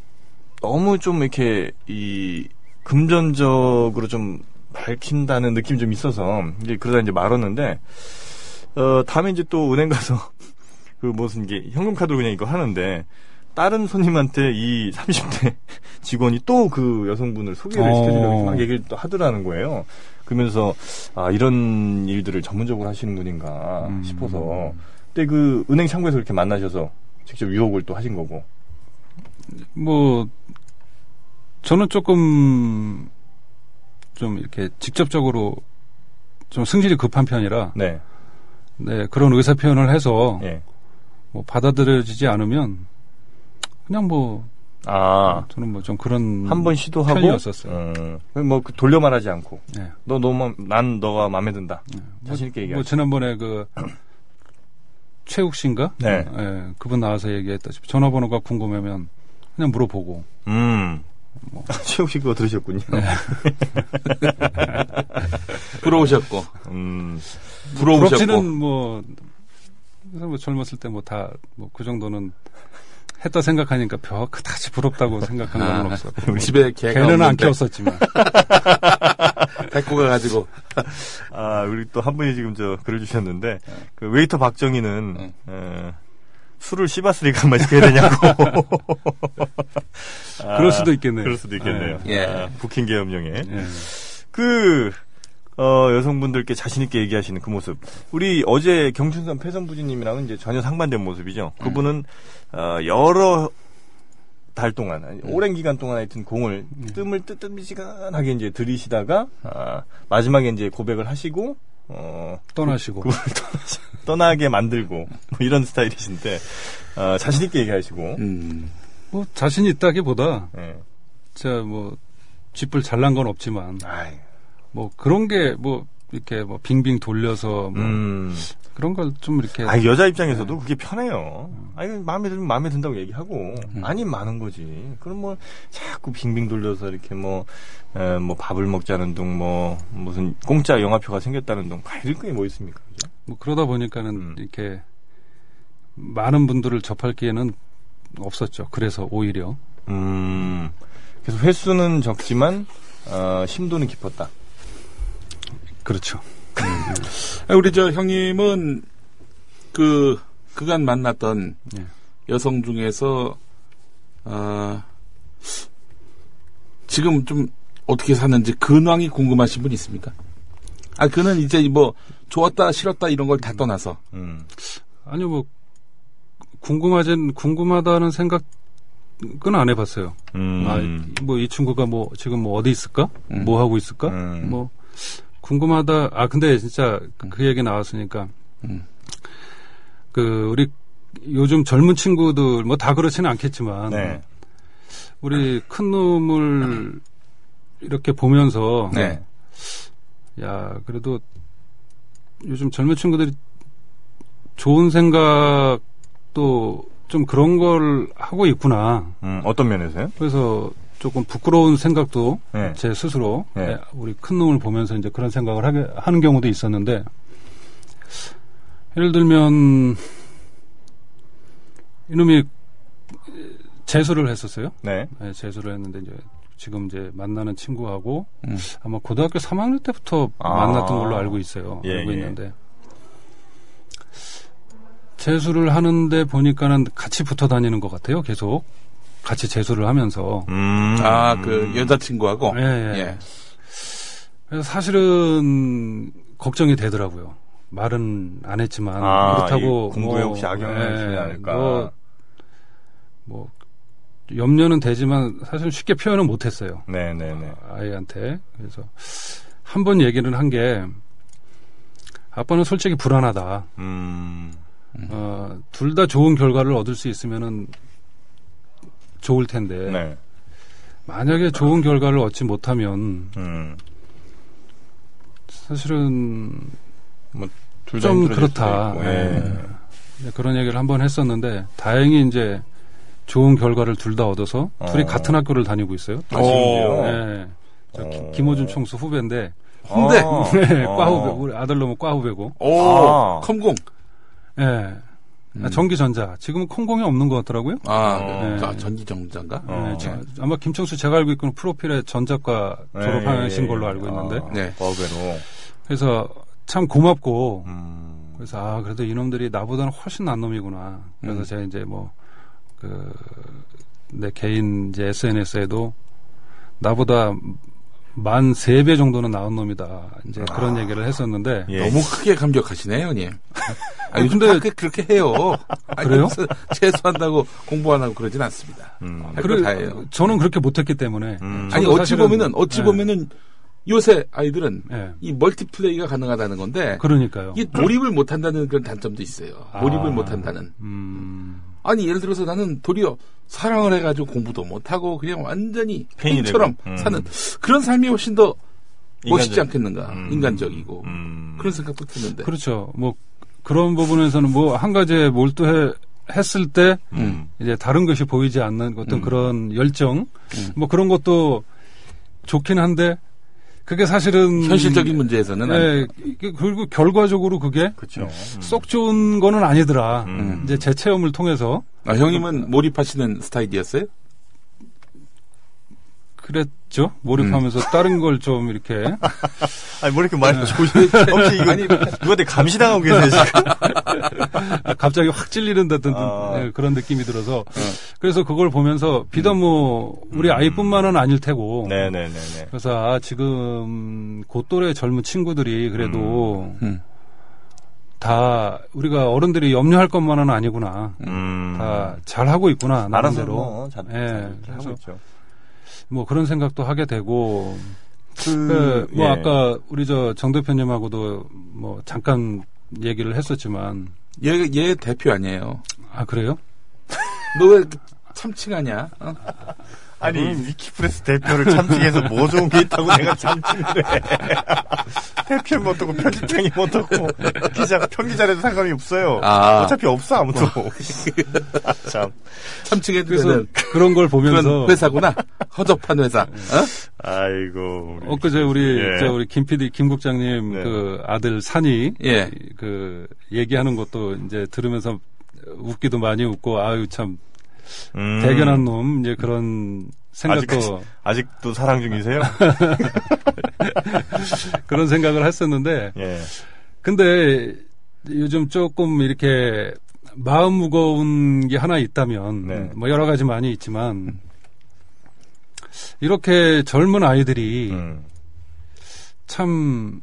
너무 좀 이렇게 이 금전적으로 좀 밝힌다는 느낌이 좀 있어서 이제 그러다 이제 말았는데 어 다음에 이제 또 은행 가서 그 무슨 이게 현금 카드로 그냥 이거 하는데 다른 손님한테 이 30대 직원이 또 그 여성분을 소개를 어. 시켜주려고 이렇게 막 얘기를 또 하더라는 거예요. 그러면서 아 이런 일들을 전문적으로 하시는 분인가 음. 싶어서 그때 그 은행 창구에서 이렇게 만나셔서 직접 유혹을 또 하신 거고. 뭐 저는 조금 좀 이렇게 직접적으로 좀 승질이 급한 편이라 네. 네, 그런 의사 표현을 해서 예. 뭐 받아들여지지 않으면 그냥 뭐 아. 저는 뭐 좀 그런 한 번 시도하고 어. 편이었었어요. 음, 뭐그 돌려 말하지 않고 네. 너 너무 난 너가 마음에 든다. 자신 있게 뭐 얘기하고. 지난번에 그 최욱 씨인가? 네. 예, 그분 나와서 얘기했다시피 전화번호가 궁금하면 그냥 물어보고 음. 최욱 씨 그거 들으셨군요. 부러우셨고 음. 부러우셨고 부럽지는 뭐 그래서 뭐 젊었을 때 뭐 다 뭐 그 정도는 했다 생각하니까 벼 그다지 부럽다고 생각한 건 아, 없었고 집에 개가 걔는 안 없는데 키웠었지만 데리고 가가지고 아, 우리 또 한 분이 지금 저 글을 주셨는데 그 웨이터 박정희는 네. 어, 술을 씹었으니까만 시켜야 되냐고. 아, 그럴 수도 있겠네요. 그럴 수도 있겠네요. 예. 아, 부킹 계엄령에. 예. 그, 어, 여성분들께 자신있게 얘기하시는 그 모습. 우리 어제 경춘선 패선부지님이랑은 이제 전혀 상반된 모습이죠. 그분은, 어, 여러 달 동안, 아니, 오랜 기간 동안 하여튼 공을 뜸을 뜨뜻미지근하게 이제 들이시다가, 아, 마지막에 이제 고백을 하시고, 어, 떠나시고 그분을 떠나시- 떠나게 만들고, 뭐 이런 스타일이신데, 어, 자신있게 얘기하시고, 음. 뭐 자신 있다기보다 예. 진짜 뭐 쥐뿔 잘난 건 없지만 아이, 뭐 그런 게 뭐 이렇게 뭐 빙빙 돌려서 뭐 음. 그런 걸 좀 이렇게 아 여자 입장에서도 그게 편해요. 아니 마음에 들면 마음에 든다고 얘기하고 아니면 많은 거지. 그럼 뭐 자꾸 빙빙 돌려서 이렇게 뭐, 에, 뭐 밥을 먹자는 둥, 뭐 무슨 공짜 영화표가 생겼다는 둥, 다 이런 게뭐 있습니까? 그죠? 뭐 그러다 보니까는 음. 이렇게 많은 분들을 접할 기회는 없었죠. 그래서 오히려 음, 그래서 횟수는 적지만 어, 심도는 깊었다. 그렇죠. 아, 우리 저 형님은 그 그간 만났던 예. 여성 중에서 아 지금 좀 어떻게 사는지 근황이 궁금하신 분 있습니까? 아 그는 이제 뭐 좋았다 싫었다 이런 걸 다 떠나서 음, 아니 뭐 궁금하진 궁금하다는 생각은 안 해봤어요. 음, 아, 뭐 이 친구가 뭐 지금 뭐 어디 있을까? 음. 뭐 하고 있을까? 음. 뭐 궁금하다. 아 근데 진짜 그, 그 얘기 나왔으니까 음. 그 우리 요즘 젊은 친구들 뭐 다 그렇지는 않겠지만 네, 우리 큰 놈을 이렇게 보면서 네. 야 그래도 요즘 젊은 친구들이 좋은 생각도 좀 그런 걸 하고 있구나. 음, 어떤 면에서요? 그래서 조금 부끄러운 생각도 네. 제 스스로 네. 예, 우리 큰 놈을 보면서 이제 그런 생각을 하게 하는 경우도 있었는데 예를 들면 이놈이 재수를 했었어요. 네. 예, 재수를 했는데 이제 지금 이제 만나는 친구하고 음. 아마 고등학교 3학년 때부터 아. 만났던 걸로 알고 있어요. 예, 알고 예. 있는데 재수를 하는데 보니까는 같이 붙어 다니는 것 같아요. 계속 같이 재수를 하면서 음. 아, 그 여자친구하고. 예, 예. 예. 그래서 사실은 걱정이 되더라고요. 말은 안 했지만 아, 그렇다고 이 공부에 뭐, 혹시 악영향을 주지 않을까. 뭐, 뭐 염려는 되지만 사실 쉽게 표현은 못했어요. 네네네. 아이한테 그래서 한 번 얘기는 한 게 아빠는 솔직히 불안하다. 음. 어, 둘 다 좋은 결과를 얻을 수 있으면은 좋을 텐데 네. 만약에 좋은 결과를 얻지 못하면 음. 사실은 둘다 힘들어질 좀 수도 그렇다. 있고. 네. 예. 이제 그런 얘기를 한 번 했었는데 다행히 이제 좋은 결과를 둘 다 얻어서 어. 둘이 같은 학교를 다니고 있어요. 아, 심지어. 오. 예. 저 기- 어. 김호준 총수 후배인데 근데, 아, 네, 어. 과후배 우리 아들 놈은 과후배고 오, 아. 컴공. 예. 음. 아, 전기전자 지금은 콩공이 없는 것 같더라고요. 아, 어. 네. 아, 전기정자인가? 어. 예, 저- 아마 김청수 제가 알고 있고는 프로필에 전작과 예, 졸업하신 예, 예. 걸로 알고 있는데 아, 네. 과거로. 그래서 참 고맙고 음. 그래서 아 그래도 이놈들이 나보다는 훨씬 난 놈이구나. 그래서 음. 제가 이제 뭐 그 내 개인 이제 SNS에도 나보다 만 세 배 정도는 나은 놈이다. 이제 그런 얘기를 아. 했었는데 예. 너무 크게 감격하시네, 형님. 아, 아, 요즘 근데- 다 그- 그렇게 해요. 아니, 그래요? 무슨 재수한다고 공부 안 하고 그러진 않습니다. 음. 할거 그래- 다 해요. 저는 그렇게 못했기 때문에 음. 아니, 저도 어찌 사실은- 보면은, 어찌 예. 보면은 요새 아이들은 예. 이 멀티플레이가 가능하다는 건데, 그러니까요. 이게 몰입을 못한다는 그런 단점도 있어요. 아. 몰입을 못한다는. 음. 아니 예를 들어서 나는 도리어 사랑을 해가지고 공부도 못하고 그냥 완전히 팬이 팬처럼 되고. 음. 사는 그런 삶이 훨씬 더 멋있지 인간적- 않겠는가 음. 인간적이고 음. 그런 생각도 드는데 그렇죠. 뭐 그런 부분에서는 뭐 한 가지에 몰두해 했을 때 음. 이제 다른 것이 보이지 않는 어떤 음. 그런 열정 뭐 그런 것도 좋긴 한데 그게 사실은 현실적인 문제에서는 음. 네, 이게 결국 결과적으로 그게 그렇죠. 쏙 좋은 거는 아니더라. 음. 이제 제 체험을 통해서 아, 형님은 몰입하시는 스타일이었어요? 그랬죠. 음. 몰입하면서 다른 걸 좀 이렇게 아니, 뭐 이렇게 많이 조심, 혹시 이거, 누구한테 감시당하고 계세요, 지금? 아, 갑자기 확 찔리는 듯한 아. 네, 그런 느낌이 들어서 그래서 그걸 보면서 비단 뭐 우리 아이뿐만은 아닐 테고 음. 어. 네네네네. 그래서 아, 지금 고 또래 젊은 친구들이 그래도 음. 다 우리가 어른들이 염려할 것만은 아니구나. 음. 다 잘하고 있구나 알아서 나름대로. 뭐, 잘, 잘 예, 하고 그래서 있죠. 뭐 그런 생각도 하게 되고 그, 그, 뭐 예. 아까 우리 저 정 대표님하고도 뭐 잠깐 얘기를 했었지만 얘, 얘 대표 아니에요 아 그래요? 너 왜 참칭하냐? 어? 아니 위키프레스 대표를 참칭해서 뭐 좋은 게 있다고 내가 참칭을 해. 대표는 못하고 편집장이 못하고 기자 편기자라도 상관이 없어요. 아. 어차피 없어 아무도. 아, 참. 참칭해도 그래서 네, 되는 그런 걸 보면서 그런 회사구나 허접한 회사 어? 아이고. 우리. 어, 엊그제 우리 예. 저 우리 김 PD 김 국장님 네. 그 아들 산이 예. 그 얘기하는 것도 이제 들으면서 웃기도 많이 웃고 아유 참 음. 대견한 놈 이제 그런 생각도 아직까지- 아직도 사랑 중이세요? 그런 생각을 했었는데 예. 근데 요즘 조금 이렇게 마음 무거운 게 하나 있다면 네. 뭐 여러 가지 많이 있지만 이렇게 젊은 아이들이 음. 참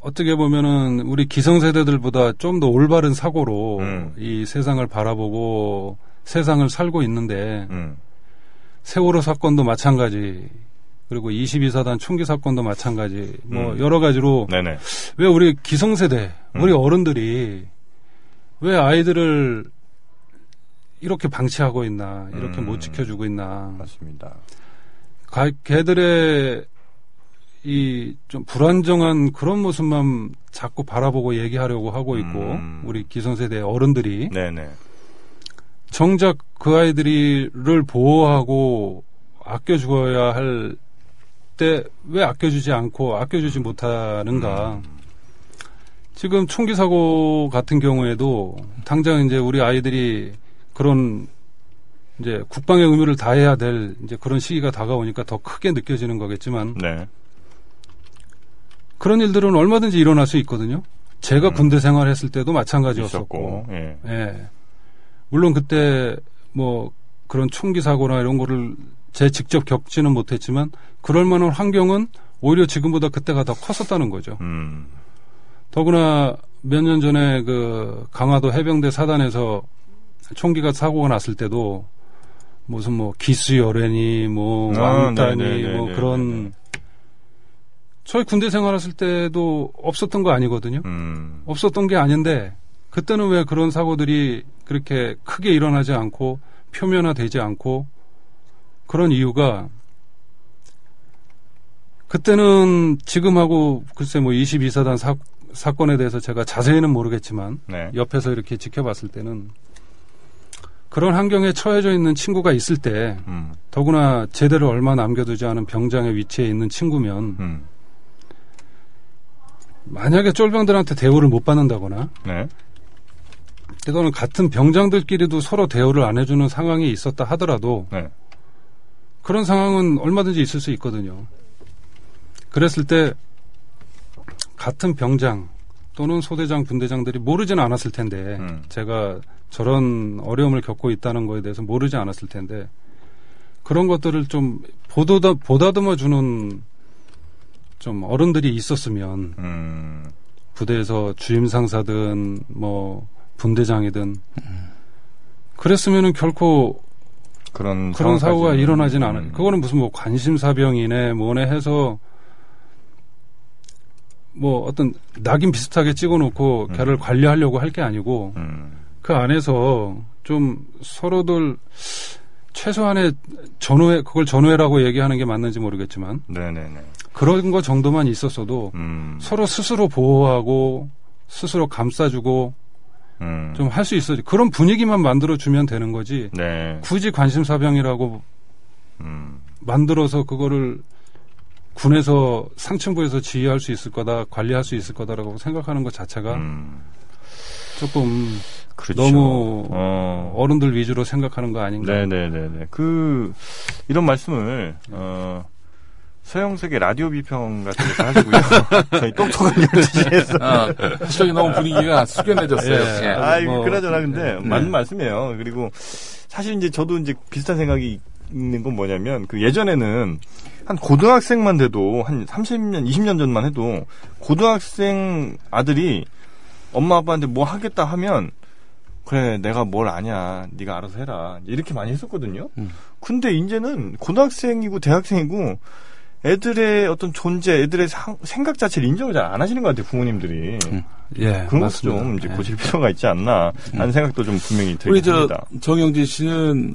어떻게 보면은 우리 기성세대들보다 좀 더 올바른 사고로 음. 이 세상을 바라보고 세상을 살고 있는데 음. 세월호 사건도 마찬가지 그리고 22사단 총기 사건도 마찬가지 뭐 음. 여러 가지로 네네. 왜 우리 기성세대, 음. 우리 어른들이 왜 아이들을 이렇게 방치하고 있나, 이렇게 음. 못 지켜주고 있나. 맞습니다. 가- 걔들의 이 좀 불안정한 그런 모습만 자꾸 바라보고 얘기하려고 하고 있고 음. 우리 기성세대 어른들이 네네. 정작 그 아이들이를 보호하고 아껴주어야 할 때 왜 아껴주지 않고 아껴주지 못하는가. 지금 총기 사고 같은 경우에도 당장 이제 우리 아이들이 그런 이제 국방의 의무를 다해야 될 이제 그런 시기가 다가오니까 더 크게 느껴지는 거겠지만 네. 그런 일들은 얼마든지 일어날 수 있거든요. 제가 음. 군대 생활했을 때도 마찬가지였었고 있었고. 예. 예. 물론 그때 뭐 그런 총기 사고나 이런 거를 제 직접 겪지는 못했지만 그럴 만한 환경은 오히려 지금보다 그때가 더 컸었다는 거죠. 음. 더구나 몇 년 전에 그 강화도 해병대 사단에서 총기가 사고가 났을 때도 무슨 뭐 기수 열애니 뭐 아, 왕따니 네네네네네. 뭐 그런 저희 군대 생활했을 때도 없었던 거 아니거든요. 음. 없었던 게 아닌데 그때는 왜 그런 사고들이 그렇게 크게 일어나지 않고 표면화되지 않고 그런 이유가 그때는 지금하고 글쎄 뭐 22사단 사, 사건에 대해서 제가 자세히는 모르겠지만 네. 옆에서 이렇게 지켜봤을 때는 그런 환경에 처해져 있는 친구가 있을 때 음. 더구나 제대로 얼마 남겨두지 않은 병장의 위치에 있는 친구면 음. 만약에 쫄병들한테 대우를 못 받는다거나 네. 이거는 같은 병장들끼리도 서로 대우를 안 해주는 상황이 있었다 하더라도 네. 그런 상황은 얼마든지 있을 수 있거든요. 그랬을 때 같은 병장 또는 소대장, 분대장들이 모르지는 않았을 텐데 음. 제가 저런 어려움을 겪고 있다는 거에 대해서 모르지 않았을 텐데 그런 것들을 좀 보도다, 보다듬어 주는 좀 어른들이 있었으면 음. 부대에서 주임 상사든 뭐 분대장이든 그랬으면은 결코 그런 그런 사고가 상황까지는- 일어나진 않아요. 음. 그거는 무슨 뭐 관심사병이네 뭐네 해서 뭐 어떤 낙인 비슷하게 찍어놓고 음. 걔를 관리하려고 할 게 아니고 음. 그 안에서 좀 서로들 최소한의 전후회 그걸 전후회라고 얘기하는 게 맞는지 모르겠지만 네네네. 그런 거 정도만 있었어도 음. 서로 스스로 보호하고 스스로 감싸주고 음. 좀 할 수 있어 그런 분위기만 만들어 주면 되는 거지 네. 굳이 관심사병이라고 음. 만들어서 그거를 군에서 상층부에서 지휘할 수 있을 거다 관리할 수 있을 거다라고 생각하는 것 자체가 음. 조금 그렇죠. 너무 어. 어른들 위주로 생각하는 거 아닌가 네네네네. 그, 이런 말씀을, 어, 서영석의 라디오 비평 같은 데서 하시고요. 저희 똑똑한 12시에서. 아, 시적이 너무 분위기가 숙연해졌어요. 예. 예. 아, 뭐, 그나저나 근데 맞는 말씀이에요. 그리고 사실 이제 저도 이제 비슷한 생각이 있는 건 뭐냐면 그 예전에는 한 고등학생만 돼도 한 30년, 20년 전만 해도 고등학생 아들이 엄마 아빠한테 뭐 하겠다 하면 그래 내가 뭘 아냐 네가 알아서 해라 이제 이렇게 많이 했었거든요. 음. 근데 이제는 고등학생이고 대학생이고 애들의 어떤 존재, 애들의 상- 생각 자체를 인정을 잘 안 하시는 것 같아요 부모님들이. 예 그런 것도 맞습니다. 좀 이제 예. 고칠 필요가 있지 않나 하는 생각도 좀 분명히 들긴 우리 저 합니다. 정영진 씨는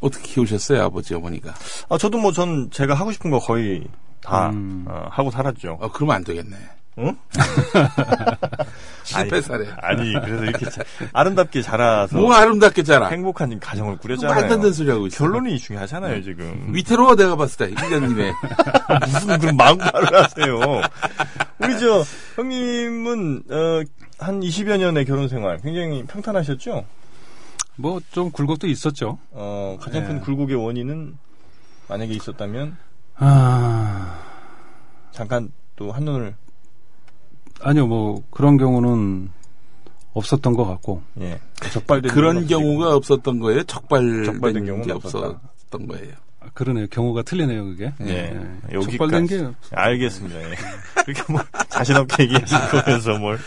어떻게 키우셨어요, 아버지 어머니가? 아, 저도 뭐 전 제가 하고 싶은 거 거의 다 음. 어, 하고 살았죠. 어, 그러면 안 되겠네. 응? 아니. 실패사래. 아니 그래서 이렇게 자- 아름답게 자라서 뭐가 아름답게 자라. 행복한 가정을 말도 안 꾸렸잖아요. 되는 소리 하고 있어. 결론이 중요하잖아요 지금. 위태로워 내가 봤을 때 1년 이내. 무슨 그런 막말을 하세요. 우리 저 형님은 어, 한 20여 년의 결혼 생활 굉장히 평탄하셨죠? 뭐 좀 굴곡도 있었죠 어, 가장 큰 네. 굴곡의 원인은 만약에 있었다면 아 잠깐 또 한눈을 아니요 뭐 그런 경우는 없었던 것 같고 예. 적발된 그런 경우가 경우가 없었던 거예요. 적발 적발된 경우는 게 없었다. 없었던 거예요. 아, 그러네요 경우가 틀리네요 그게 예. 예. 여기까지. 적발된 게 알겠습니다. 예. 그렇게 뭐 자신 없게 얘기하신 거면서 뭘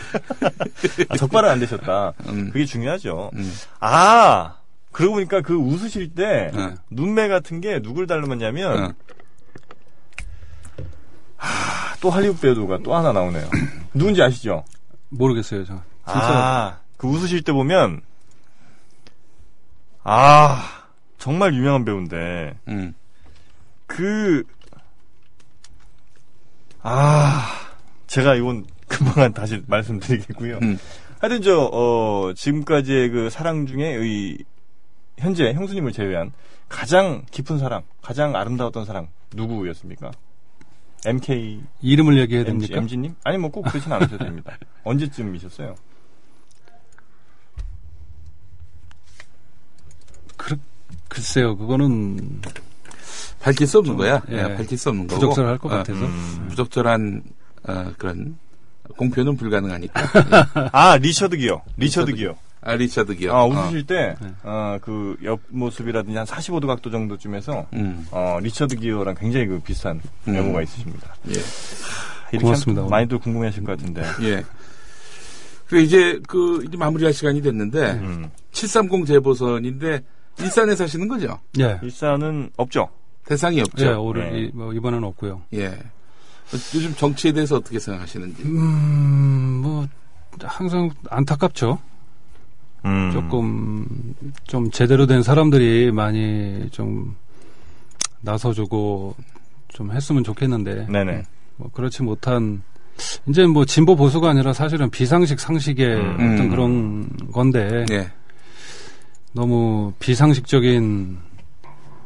아, 적발은 안 되셨다. 음. 그게 중요하죠. 음. 아 그러고 보니까 그 웃으실 때 네. 네. 눈매 같은 게 누굴 닮았냐면 응. 아, 또 할리우드 배우가 또 하나 나오네요. 누군지 아시죠? 모르겠어요 저 진짜 아그 웃으실 때 보면 아 정말 유명한 배우인데 음. 응. 그, 아, 제가 이건 금방 다시 말씀드리겠고요. 음. 하여튼 저, 어, 지금까지의 그 사랑 중에 이, 현재 형수님을 제외한 가장 깊은 사랑, 가장 아름다웠던 사랑, 누구였습니까? MK, 이름을 얘기해야 MG, 됩니까? MG님? 아니, 뭐 꼭 그렇진 않으셔도 됩니다. 언제쯤이셨어요? 그, 글쎄요, 그거는 밝힐 수 없는 좀, 거야. 예. 예, 밝힐 수 없는 거고. 부적절할 것 어, 같아서. 음. 부적절한 어, 그런 공표는 불가능하니까. 아, 리처드 기어. 리처드 기어. 아, 리차드 기업. 아, 어. 웃으실 때, 어, 그, 옆모습이라든지 한 45도 각도 정도쯤에서, 음. 어, 리처드 기어랑 굉장히 그 비슷한 음. 외모가 있으십니다. 예. 이렇게 고맙습니다. 하면 많이들 궁금해 하실 것 같은데. 예. 그래 이제 그 이제 마무리할 시간이 됐는데 음. 730 재보선인데 일산에 사시는 거죠? 예. 일산은 없죠. 대상이 예, 없죠. 오늘 네. 이- 뭐 이번엔 없고요. 예. 어, 요즘 정치에 대해서 어떻게 생각하시는지. 음, 뭐 항상 안타깝죠. 음. 조금 좀 제대로 된 사람들이 많이 좀 나서주고 좀 했으면 좋겠는데 네네. 뭐 그렇지 못한 이제 뭐 진보 보수가 아니라 사실은 비상식 상식의 음. 어떤 그런 건데 예. 너무 비상식적인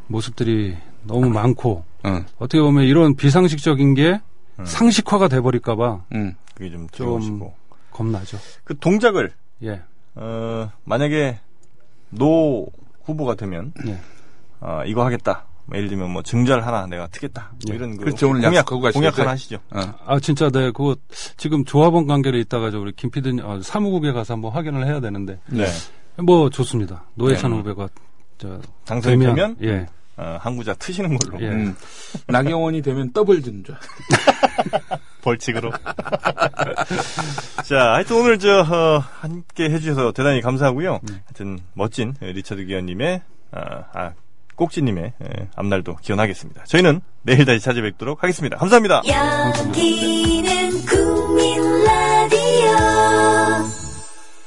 모습들이 너무 많고 응. 어떻게 보면 이런 비상식적인 게 음. 상식화가 돼버릴까봐 응. 그게 좀 두려우시고. 겁나죠. 그 동작을, 예, 어, 만약에 노 후보가 되면, 예. 어, 이거 하겠다. 뭐 예를 들면 뭐 증절 하나 내가 트겠다. 뭐 예. 이런 그 그렇죠. 오늘 공약, 약속하고 가시죠. 공약 하나 하시죠. 어. 아 진짜 네 그거 지금 조합원 관계를 있다가 저 우리 김 p d 님 아, 사무국에 가서 한번 확인을 해야 되는데 네. 뭐 좋습니다. 노회찬 네. 후배가 저 당선이 되면 되면, 예 어, 항구자 트시는 걸로. 예. 음. 나경원이 되면 더블 증조. 벌칙으로. 자, 하여튼 오늘 저, 어, 함께 해주셔서 대단히 감사하고요. 하여튼 멋진 예, 리처드 기어님의, 아, 아, 꼭지님의 예, 앞날도 기원하겠습니다. 저희는 내일 다시 찾아뵙도록 하겠습니다. 감사합니다. 여기